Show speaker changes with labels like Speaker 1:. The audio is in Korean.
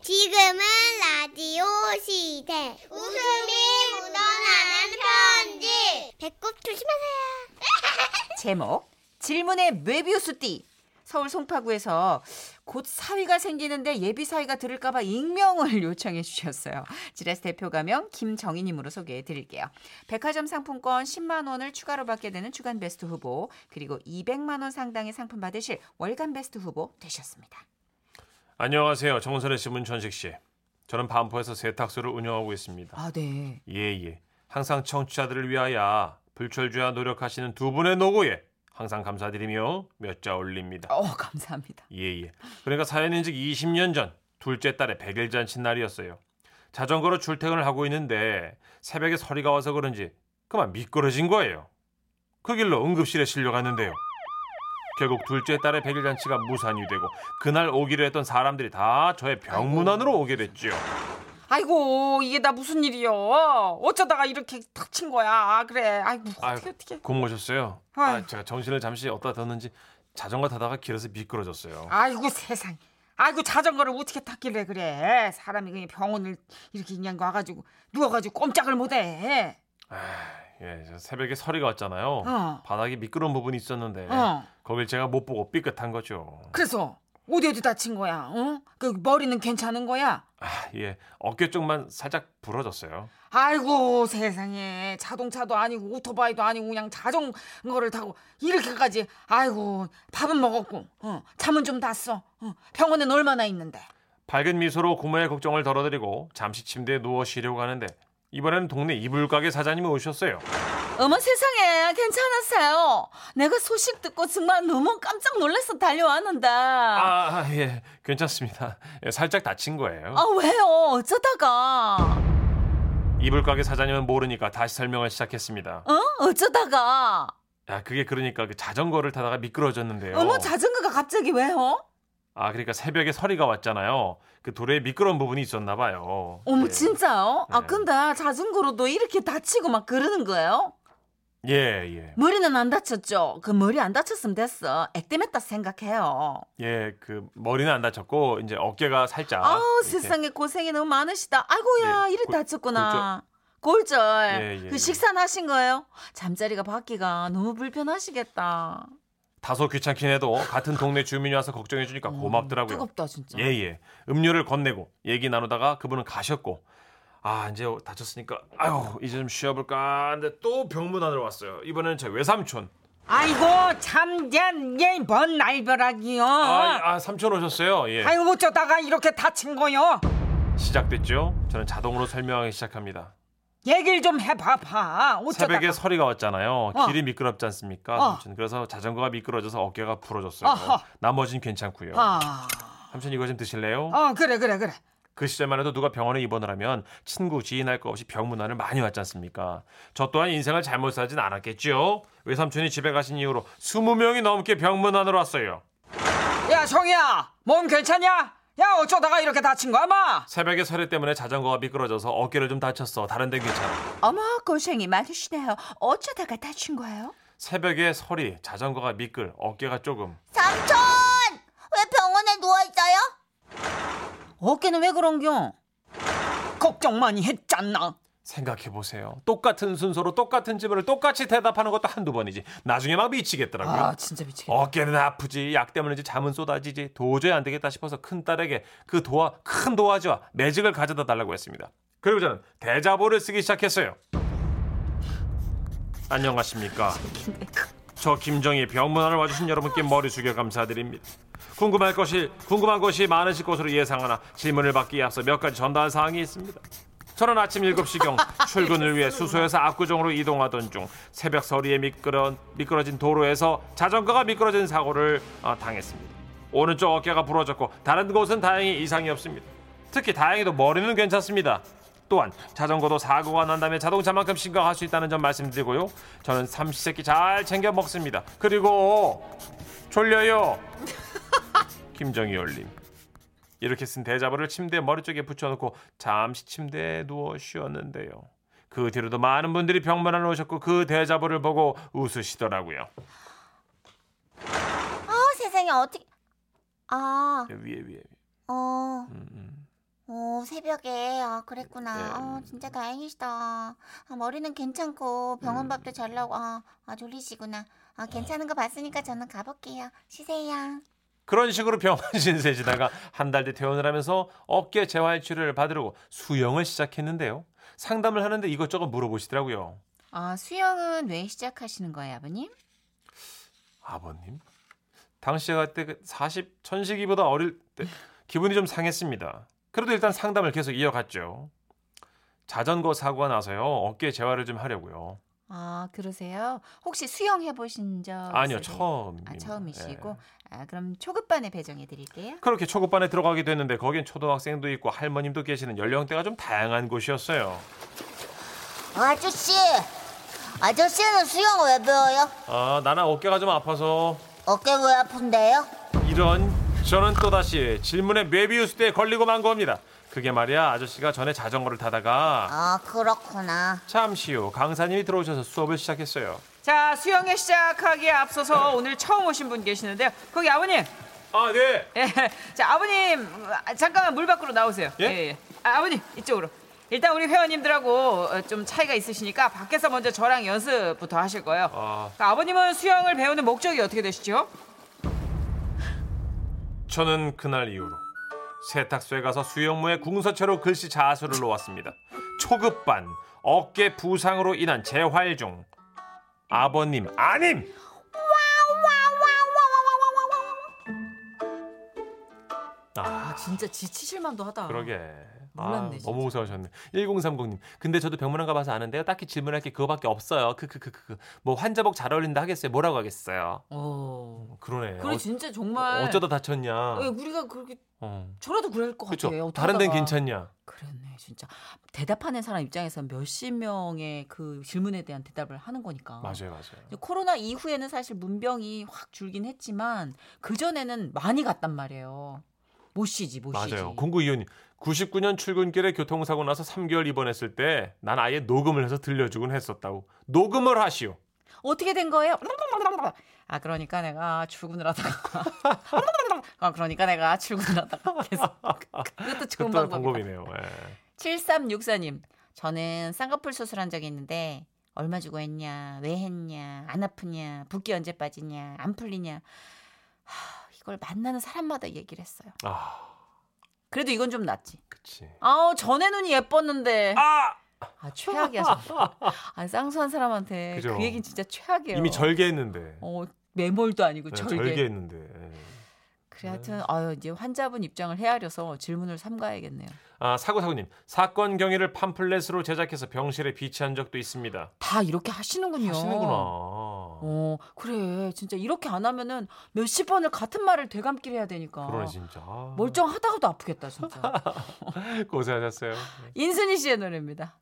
Speaker 1: 지금은 라디오 시대. 웃음이 묻어나는 편지. 배꼽 조심하세요.
Speaker 2: 제목 질문의 möbius 띠 서울 송파구에서 곧 사위가 생기는데 예비 사위가 들을까봐 익명을 요청해 주셨어요. 지레스 대표 가명 김정희님으로 소개해 드릴게요. 백화점 상품권 10만 원을 추가로 받게 되는 주간 베스트 후보 그리고 200만 원 상당의 상품 받으실 월간 베스트 후보 되셨습니다.
Speaker 3: 안녕하세요. 정선혜 씨, 문천식 씨. 저는 반포에서 세탁소를 운영하고 있습니다.
Speaker 2: 아 네.
Speaker 3: 예, 예. 항상 청취자들을 위하여 불철주야 노력하시는 두 분의 노고에 항상 감사드리며 몇 자 올립니다.
Speaker 2: 어 감사합니다.
Speaker 3: 예, 예. 그러니까 사연인즉 20년 전 둘째 딸의 100일 잔치 날이었어요. 자전거로 출퇴근을 하고 있는데 새벽에 서리가 와서 그런지 그만 미끄러진 거예요. 그 길로 응급실에 실려갔는데요. 결국 둘째 딸의 100일 잔치가 무산이 되고 그날 오기로 했던 사람들이 다 저의 병문 안으로 오게 됐죠.
Speaker 2: 아이고 이게 다 무슨 일이요? 어쩌다가 이렇게 탁 친 거야? 아, 그래. 아이고 어떻게
Speaker 3: 아이고.
Speaker 2: 어떻게?
Speaker 3: 고모셨어요?
Speaker 2: 아유.
Speaker 3: 아, 제가 정신을 잠시 어디다 뒀는지 자전거 타다가 길에서 미끄러졌어요.
Speaker 2: 아이고 세상. 아이고 자전거를 어떻게 탔길래 그래? 사람이 그냥 병원을 이렇게 그냥 와가지고 누워가지고 꼼짝을 못해.
Speaker 3: 예, 저 새벽에 서리가 왔잖아요.
Speaker 2: 어.
Speaker 3: 바닥에 미끄러운 부분이 있었는데
Speaker 4: 네.
Speaker 2: 어.
Speaker 3: 거길 제가 못 보고 삐끗한 거죠.
Speaker 2: 그래서 어디 어디 다친 거야? 어? 그 머리는 괜찮은 거야?
Speaker 3: 아, 예, 어깨 쪽만 살짝 부러졌어요.
Speaker 2: 아이고 세상에 자동차도 아니고 오토바이도 아니고 그냥 자전거를 타고 이렇게까지 아이고 밥은 먹었고 어, 잠은 좀 잤어 어, 병원엔 얼마나 있는데
Speaker 3: 밝은 미소로 고모의 걱정을 덜어드리고 잠시 침대에 누워 쉬려고 하는데 이번에는 동네 이불 가게 사장님이 오셨어요.
Speaker 4: 어머 세상에 괜찮았어요. 내가 소식 듣고 정말 너무 깜짝 놀라서 달려왔는데. 아,
Speaker 3: 아, 예, 괜찮습니다. 예, 살짝 다친 거예요.
Speaker 4: 아, 왜요? 어쩌다가?
Speaker 3: 이불 가게 사장님은 모르니까 다시 설명을 시작했습니다.
Speaker 4: 어? 어쩌다가?
Speaker 3: 야, 그게 그러니까 그 자전거를 타다가 미끄러졌는데요.
Speaker 4: 어머 자전거가 갑자기 왜요?
Speaker 3: 아, 그러니까 새벽에 서리가 왔잖아요. 그 돌에 미끄러운 부분이 있었나 봐요.
Speaker 4: 어머
Speaker 3: 예.
Speaker 4: 진짜요? 아
Speaker 3: 네.
Speaker 4: 근데 자전거로도 이렇게 다치고 막 그러는 거예요?
Speaker 3: 예, 예.
Speaker 4: 머리는 안 다쳤죠? 그 머리 안 다쳤으면 됐어. 액땜했다 생각해요.
Speaker 3: 예, 그 머리는 안 다쳤고 이제 어깨가 살짝
Speaker 4: 아, 우
Speaker 3: 이렇게.
Speaker 4: 세상에 고생이 너무 많으시다. 아이고야
Speaker 3: 네,
Speaker 4: 이래
Speaker 3: 골-
Speaker 4: 다쳤구나. 골절.
Speaker 3: 예, 예,
Speaker 4: 그
Speaker 3: 예.
Speaker 4: 식사하신 거예요? 잠자리가 바뀌가 너무 불편하시겠다.
Speaker 3: 다소 귀찮긴 해도 같은 동네 주민이 와서 걱정해 주니까
Speaker 2: 음,
Speaker 3: 고맙더라고요.
Speaker 4: 뜨겁다 진짜.
Speaker 3: 예, 예. 음료를 건네고 얘기 나누다가 그분은 가셨고 아, 이제 다쳤으니까 아유, 이제 좀 쉬어 볼까 하는데 또 병문 안으로 왔어요. 이번에는 제 외삼촌.
Speaker 2: 아이고
Speaker 4: 예,
Speaker 2: 참얘뭔 날벼락이요.
Speaker 3: 아,
Speaker 2: 아,
Speaker 3: 아, 삼촌 오셨어요. 예.
Speaker 2: 이고 어쩌다가 이렇게 다친 거요?
Speaker 3: 시작됐죠? 저는 자동으로 설명하기 시작합니다.
Speaker 2: 얘기를 좀 해봐봐. 어쩌다가?
Speaker 3: 새벽에 서리가 왔잖아요.
Speaker 2: 어.
Speaker 3: 길이 미끄럽지 않습니까?
Speaker 2: 어.
Speaker 3: 삼촌. 그래서 자전거가 미끄러져서 어깨가 부러졌어요.
Speaker 2: 어허.
Speaker 3: 나머진 괜찮고요.
Speaker 2: 아,
Speaker 3: 삼촌 이거 좀 드실래요?
Speaker 2: 어 그래 그래 그래.
Speaker 3: 그 시절만 해도 누가 병원에 입원을 하면 친구 지인 할 거 없이 병문안을 많이 왔지 않습니까? 저 또한 인생을 잘못 살진 않았겠지요. 외삼촌이 집에 가신 이후로 20명이 넘게 병문안으로 왔어요.
Speaker 2: 야 정이야 몸 괜찮냐? 야 어쩌다가 이렇게 다친 거야 마?
Speaker 3: 새벽에 서리 때문에 자전거가 미끄러져서 어깨를 좀 다쳤어. 다른 데 괜찮아.
Speaker 4: 어머 고생이 많으시네요. 어쩌다가 다친 거예요?
Speaker 3: 새벽에 서리, 자전거가 미끌, 어깨가 조금.
Speaker 1: 삼촌! 왜 병원에 누워있어요?
Speaker 4: 어깨는 왜 그런겨?
Speaker 2: 걱정 많이 했잖아.
Speaker 3: 생각해보세요. 똑같은 순서로 똑같은 질문을 똑같이 대답하는 것도 한두 번이지. 나중에 막 미치겠더라고요.
Speaker 2: 아 진짜 미치겠다.
Speaker 3: 어깨는 아프지 약 때문인지 잠은 쏟아지지 도저히 안 되겠다 싶어서 큰 딸에게 그 도화 큰 도화지와 매직을 가져다 달라고 했습니다. 그리고 저는 대자보를 쓰기 시작했어요. 안녕하십니까. 저 김정희 병문안을 와주신 여러분께 머리 숙여 감사드립니다. 궁금할 것이 궁금한 것이 많으실 것으로 예상하나 질문을 받기에 앞서 몇 가지 전달 사항이 있습니다. 저는 아침 7시경 출근을 위해 수소에서 압구정으로 이동하던 중 새벽 서리에 미끄러, 미끄러진 도로에서 자전거가 미끄러진 사고를 어, 당했습니다. 오른쪽 어깨가 부러졌고 다른 곳은 다행히 이상이 없습니다. 특히 다행히도 머리는 괜찮습니다. 또한 자전거도 사고가 난다면 자동차만큼 심각할 수 있다는 점 말씀드리고요. 저는 삼시세끼 잘 챙겨 먹습니다. 그리고 졸려요. 김정희 열림. 이렇게 쓴 대자보를 침대 머리 쪽에 붙여놓고 잠시 침대에 누워 쉬었는데요. 그 뒤로도 많은 분들이 병문안을 오셨고 그 대자보를 보고 웃으시더라고요.
Speaker 1: 어, 세상에 어떻게. 아,
Speaker 3: 위에 위에. 위에.
Speaker 1: 어,
Speaker 3: 음, 음.
Speaker 1: 어. 어, 새벽에 아 그랬구나.
Speaker 3: 네.
Speaker 1: 어, 진짜 다행이시다. 아, 머리는 괜찮고 병원 밥도 잘 나오고 아, 아 졸리시구나. 아 괜찮은 거 봤으니까 저는 가볼게요. 쉬세요.
Speaker 3: 그런 식으로 병원 신세지다가 한 달 뒤 퇴원을 하면서 어깨 재활 치료를 받으려고 수영을 시작했는데요. 상담을 하는데 이것저것 물어보시더라고요.
Speaker 5: 아, 수영은 왜 시작하시는 거예요, 아버님?
Speaker 3: 아버님, 당시 그때 그40 천식이보다 어릴 때 기분이 좀 상했습니다. 그래도 일단 상담을 계속 이어갔죠. 자전거 사고가 나서요. 어깨 재활을 좀 하려고요.
Speaker 5: 아, 그러세요? 혹시 수영 해보신 적?
Speaker 3: 아니요,
Speaker 5: 있으세요?
Speaker 3: 처음입니다.
Speaker 5: 아, 처음이시고.
Speaker 3: 예.
Speaker 5: 아, 그럼 초급반에 배정해 드릴게요.
Speaker 3: 그렇게 초급반에 들어가게 됐는데 거긴 초등학생도 있고 할머님도 계시는 연령대가 좀 다양한 곳이었어요.
Speaker 1: 어, 아저씨, 아저씨는 수영 왜 배워요?
Speaker 3: 아, 나나 어깨가 좀 아파서
Speaker 1: 어깨 왜 아픈데요?
Speaker 3: 이런 저는 또다시 질문에 뇌비우스 에 걸리고 만 겁니다. 그게 말이야 아저씨가 전에 자전거를 타다가
Speaker 1: 아 그렇구나.
Speaker 3: 잠시 후 강사님이 들어오셔서 수업을 시작했어요.
Speaker 5: 자, 수영에 시작하기에 앞서서 오늘 처음 오신 분 계시는데요. 거기 아버님.
Speaker 3: 아 네.
Speaker 5: 예. 자, 아버님 아, 잠깐만 물 밖으로 나오세요.
Speaker 3: 예?
Speaker 5: 아, 아버님 이쪽으로. 일단 우리 회원님들하고 어, 좀 차이가 있으시니까 밖에서 먼저 저랑 연습부터 하실 거예요. 그
Speaker 3: 아.
Speaker 5: 아버님은 수영을 배우는 목적이 어떻게 되시죠?
Speaker 3: 저는 그날 이후로 세탁소에 가서 수영모에 궁서체로 글씨 자수를 놓았습니다. 초급반 어깨 부상으로 인한 재활 중 아버님 아님 아,
Speaker 2: 진짜 지치실 만도 하다.
Speaker 3: 그러게.
Speaker 2: 몰랐네,
Speaker 3: 아,
Speaker 2: 진짜.
Speaker 3: 너무 우스워하셨네. 1030님. 근데 저도 병문안 가봐서 아는데요. 딱히 질문할 게 그거밖에 없어요. 크크크크. 뭐 환자복 잘 어울린다 하겠어요. 뭐라고 하겠어요.
Speaker 2: 어.
Speaker 3: 그러네.
Speaker 2: 그래
Speaker 3: 어,
Speaker 2: 진짜 정말
Speaker 3: 어쩌다 다쳤냐.
Speaker 2: 예, 우리가 그렇게
Speaker 3: 어.
Speaker 2: 저라도 그럴 것
Speaker 3: 그렇죠.
Speaker 2: 같아요.
Speaker 3: 다른 데는
Speaker 2: 어떡하다가.
Speaker 3: 괜찮냐.
Speaker 2: 그랬네 진짜 대답하는 사람 입장에서 몇십 명의 그 질문에 대한 대답을 하는 거니까.
Speaker 3: 맞아요, 맞아요.
Speaker 2: 근데 코로나 이후에는 사실 문병이 확 줄긴 했지만 그 전에는 많이 갔단 말이에요. 못 쉬지 못 쉬지.
Speaker 3: 맞아요. 공구 이호님. 99년 출근길에 교통사고 나서 3개월 입원했을 때 난 아예 녹음을 해서 들려주곤 했었다고. 녹음을 하시오.
Speaker 2: 어떻게 된 거예요? 아 그러니까 내가 출근을 하다가 아 그러니까 내가 출근을 하다가 계속 그것도 좋은 방법이다.
Speaker 3: 그것도 방법이네요. 예.
Speaker 2: 7364님 저는 쌍꺼풀 수술한 적이 있는데 얼마 주고 했냐 왜 했냐 안 아프냐 붓기 언제 빠지냐 안 풀리냐 하, 이걸 만나는 사람마다 얘기를 했어요.
Speaker 3: 아,
Speaker 2: 그래도 이건 좀 낫지.
Speaker 3: 그치.
Speaker 2: 아우 전에 눈이 예뻤는데 아,
Speaker 3: 아!
Speaker 2: 최악이야 정말. 아 쌍수한 사람한테
Speaker 3: 그죠.
Speaker 2: 그 얘기는 진짜 최악이에요.
Speaker 3: 이미 절개했는데.
Speaker 2: 어 매몰도 아니고
Speaker 3: 예,
Speaker 2: 절개.
Speaker 3: 절개했는데. 예.
Speaker 2: 그래 하여튼 아유 이제 환자분 입장을 헤아려서 질문을 삼가야겠네요.
Speaker 3: 아, 사고사고님. 사건 경위를 팜플렛으로 제작해서 병실에 비치한 적도 있습니다.
Speaker 2: 다 이렇게 하시는군요.
Speaker 3: 하시는구나.
Speaker 2: 어 그래 진짜 이렇게 안 하면은 몇십 번을 같은 말을 되감기를 해야 되니까.
Speaker 3: 그러네 진짜. 아,
Speaker 2: 멀쩡하다가도 아프겠다 진짜.
Speaker 3: 고생하셨어요.
Speaker 2: 인순이 씨의 노래입니다.